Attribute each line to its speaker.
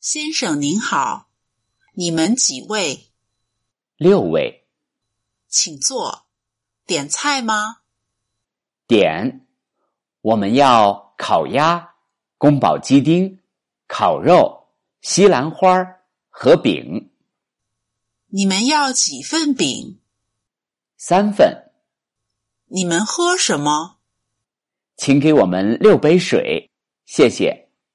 Speaker 1: 先生您好，你们几位？
Speaker 2: 六位，
Speaker 1: 请坐。点菜吗？
Speaker 2: 点，我们要烤鸭、宫保鸡丁、烤肉、西兰花儿和饼，
Speaker 1: 你们要几份饼？
Speaker 2: 三份，
Speaker 1: 你们喝什么？
Speaker 2: 请给我们六杯水，谢谢。